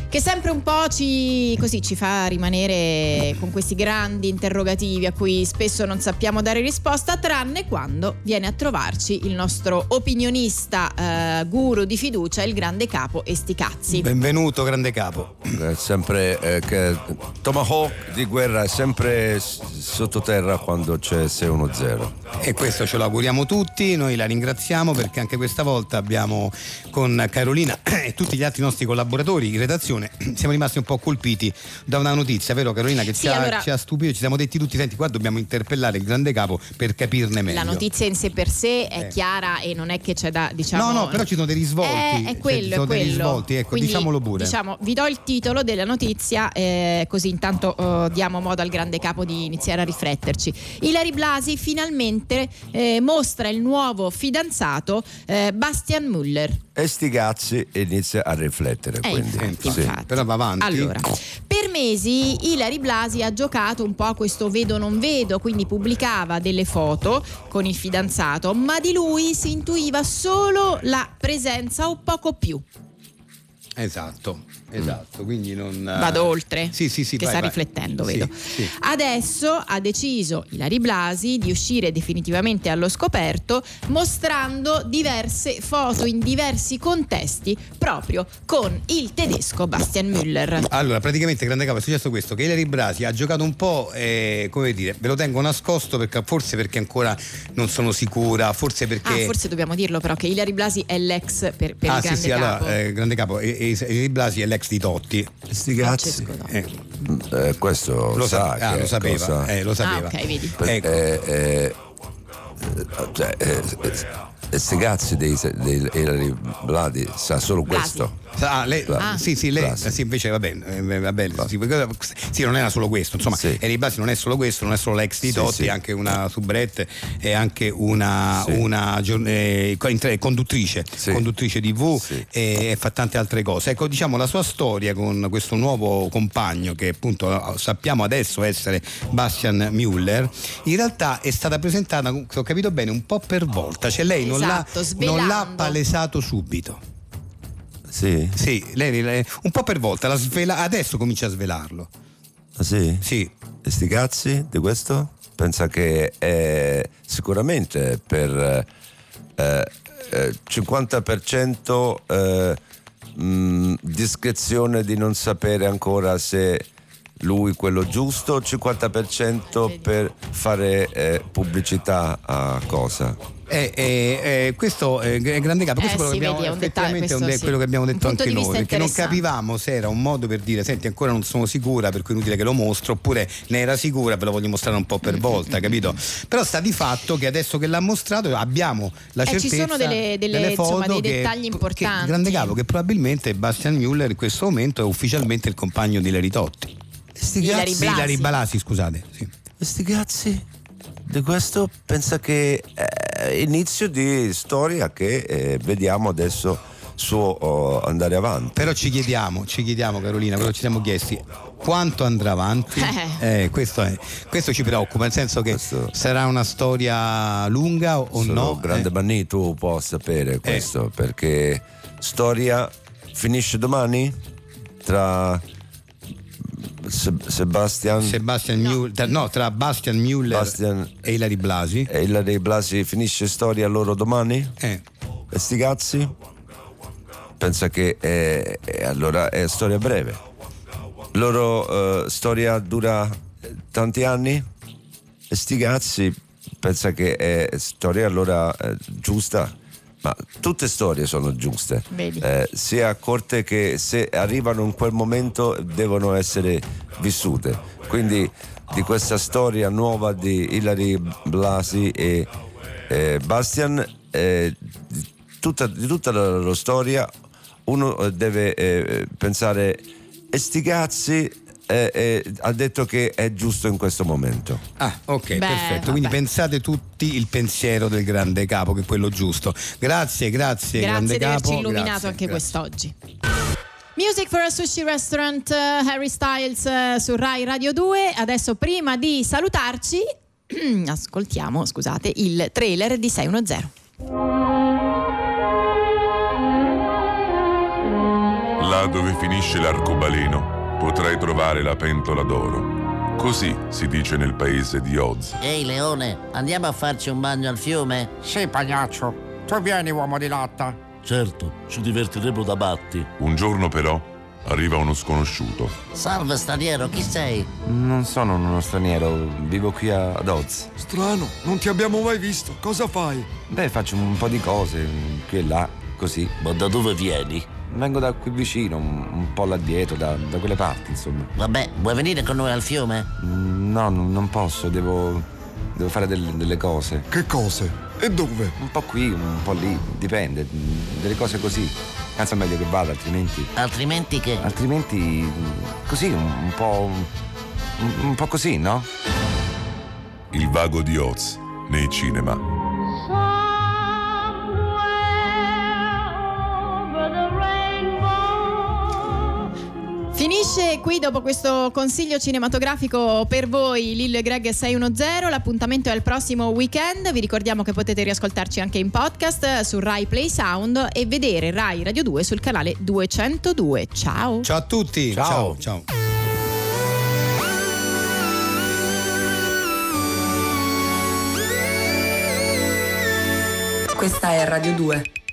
che sempre un po' ci, così, ci fa rimanere con questi grandi interrogativi a cui spesso non sappiamo dare risposta, tranne quando viene a trovarci il nostro opinionista eh, guru di fiducia, il grande capo Esticazzi.
Benvenuto, grande capo.
È sempre eh, che- Tomahawk di guerra è sempre s- sottoterra quando c'è 6-1-0.
E questo ce lo auguriamo tutti, noi la ringraziamo perché anche questa volta abbiamo con Carolina e tutti gli altri nostri collaboratori in redazione siamo rimasti un po' colpiti da una notizia, vero Carolina, che
Sì,
ci, ha,
allora-
ci ha stupito, ci siamo detti tutti, senti qua dobbiamo interpellare il grande capo per capirne meglio.
La notizia in sé per sé è
Eh.
chiara e non è che c'è da diciamo
No, no, però ci sono dei risvolti.
Eh,
Cioè,
è
ci
quello,
sono
è
dei
quello.
risvolti, ecco,
Quindi,
diciamo-lo pure.
Diciamo, vi do il titolo della notizia eh, così intanto eh, diamo modo al grande capo di iniziare a rifletterci. Ilari Blasi finalmente eh, mostra il nuovo fidanzato eh, Bastian Müller.
E sti cazzi inizia a riflettere.
Eh,
quindi.
infatti,
Sì.
infatti.
però va avanti.
Allora, per mesi Ilari Blasi ha giocato un po' a questo vedo non vedo, quindi pubblicava delle foto con il fidanzato, ma di lui si intuiva solo la presenza o poco più.
Esatto, esatto. Quindi non.
Vado oltre?
Sì, sì, sì.
Che
vai,
sta
vai.
riflettendo,
Sì,
vedo.
sì.
Adesso ha deciso Ilari Blasi di uscire definitivamente allo scoperto mostrando diverse foto in diversi contesti proprio con il tedesco Bastian Müller.
Allora, praticamente, grande capo, è successo questo: che Ilari Brasi ha giocato un po', eh, come dire, ve lo tengo nascosto perché forse perché ancora non sono sicura, forse
Ah,
perché.
forse dobbiamo dirlo però che Ilari Blasi è l'ex per, per
Ah,
il grande
sì, sì,
capo.
allora, eh, grande capo, e- e- Ilari Blasi è l'ex di Totti.
Sti
Francesco
cazzi.
Totti.
Eh,
Eh, questo
lo, sa-
che
ah, lo
è
sapeva,
cosa-
eh, lo sapeva.
Ah, ok, vedi.
Ecco.
Eh, eh, eh, cioè, eh, eh, eh, sti cazzi dei, dei Hilary Bladi sa solo questo.
Ah, lei,
Ah.
sì, sì, lei,
Blasi.
sì, invece va bene, eh, va bene, sì, perché- sì, non era solo questo, insomma,
Sì.
Eri Blasi non è solo questo, non è solo l'ex di
Sì,
Totti,
sì.
è anche una soubrette, è anche una,
Sì.
una gior- eh, co- inter- conduttrice,
Sì.
conduttrice TV
Sì.
e, e fa tante altre cose. Ecco, diciamo la sua storia con questo nuovo compagno che appunto eh, sappiamo adesso essere Bastian Müller, in realtà è stata presentata, se ho capito bene, un po' per volta, cioè lei non l'ha-
Esatto,
non l'ha
svelando.
palesato subito.
Sì?
Sì, lei, lei- un po' per volta, la svela- adesso comincia a svelarlo.
Ah, sì?
Sì.
E sti cazzi di questo? Pensa che eh, sicuramente per eh, eh, 50% eh, mh, discrezione di non sapere ancora se lui quello giusto, 50% per fare eh, pubblicità a cosa?
Eh, eh, eh, questo eh, è grande capo, questo
Eh,
è
sì,
quello, che abbiamo,
vedi, è un
effettivamente
dettaglio,
è un de-
questo sì.
quello che abbiamo
Un
detto
punto di
anche noi,
vista
perché non
interessante.
capivamo se era un modo per dire senti ancora non sono sicura, per cui è inutile che lo mostro, oppure ne era sicura, ve lo voglio mostrare un po'
Mm-hmm,
per volta, capito? Però sta di fatto che adesso che l'ha mostrato abbiamo la
Eh, ci
certezza
sono delle- delle,
foto
insomma, dei
che-
dettagli
che-
importanti.
grande capo che probabilmente Bastian Müller in questo momento è ufficialmente il compagno di Larry Totti.
Sti
Ilari
cazzi-
Di Larry Balasi, scusate. sì.
Sti cazzi.
Di questo pensa che è inizio di storia che eh, vediamo adesso suo oh, andare avanti.
Però ci chiediamo, ci chiediamo Carolina, quello che ci siamo chiesti, quanto andrà avanti? Eh, questo, è- questo ci preoccupa, nel senso che sarà una storia lunga o o
Solo
no? Eh,
grande Banni, tu puoi sapere questo perché storia finisce domani tra Seb- Sebastian
Sebastian Müller, tra- no, tra Bastian Müller e Ilari Blasi.
E Ilari Blasi finisce storia loro domani?
Eh.
E sti cazzi? Pensa che eh, eh, allora è storia breve. Loro eh, storia dura eh, tanti anni? E sti cazzi pensa che è storia allora eh, giusta? Ma tutte storie sono giuste.
Vedi.
Eh, sia accorte che se arrivano in quel momento devono essere vissute. Quindi di questa storia nuova di Ilari Blasi e eh, Bastian, eh, di tutta, di tutta la loro storia uno eh, deve eh, pensare e sti cazzi eh, eh, ha detto che è giusto in questo momento.
Ah, ok,
Beh,
perfetto. Quindi pensate tutti il pensiero del grande capo, che è quello giusto. Grazie, grazie,
Grazie
grande
di averci
capo.
illuminato
grazie,
anche
grazie.
quest'oggi. Music for a Sushi Restaurant, eh, Harry Styles eh, su Rai Radio 2. Adesso prima di salutarci, ascoltiamo, scusate, il trailer di 610.
Là dove finisce l'arcobaleno potrai trovare la pentola d'oro. Così si dice nel paese di Oz.
Ehi leone, andiamo a farci un bagno al fiume? Sì, pagliaccio. Tu vieni, uomo di latta.
Certo, ci divertiremo da batti.
Un giorno però arriva uno sconosciuto.
Salve straniero, chi sei?
Non sono uno straniero, vivo qui a- ad Oz.
Strano, non ti abbiamo mai visto. Cosa fai?
Beh, faccio un po' di cose, qui e là, così. Ma da dove vieni? Vengo da qui vicino, un, un po' là dietro, da, da quelle parti, insomma.
Vabbè, vuoi venire con noi al fiume?
Mm, No, non non posso, devo, devo fare del- delle cose. Che cose? E dove? Un po' qui, un po' lì, dipende, mm, delle cose così. Anzi, è meglio che vada, altrimenti...
Altrimenti che?
Altrimenti, mm, così, un, un po'... un- un po' così, no?
Il vago di Oz nei cinema.
Finisce qui dopo questo consiglio cinematografico per voi Lil Greg 610, l'appuntamento è il prossimo weekend, vi ricordiamo che potete riascoltarci anche in podcast eh, su Rai Play Sound e vedere Rai Radio 2 sul canale 202. Ciao!
Ciao a tutti.
Ciao.
ciao.
Questa è Radio 2.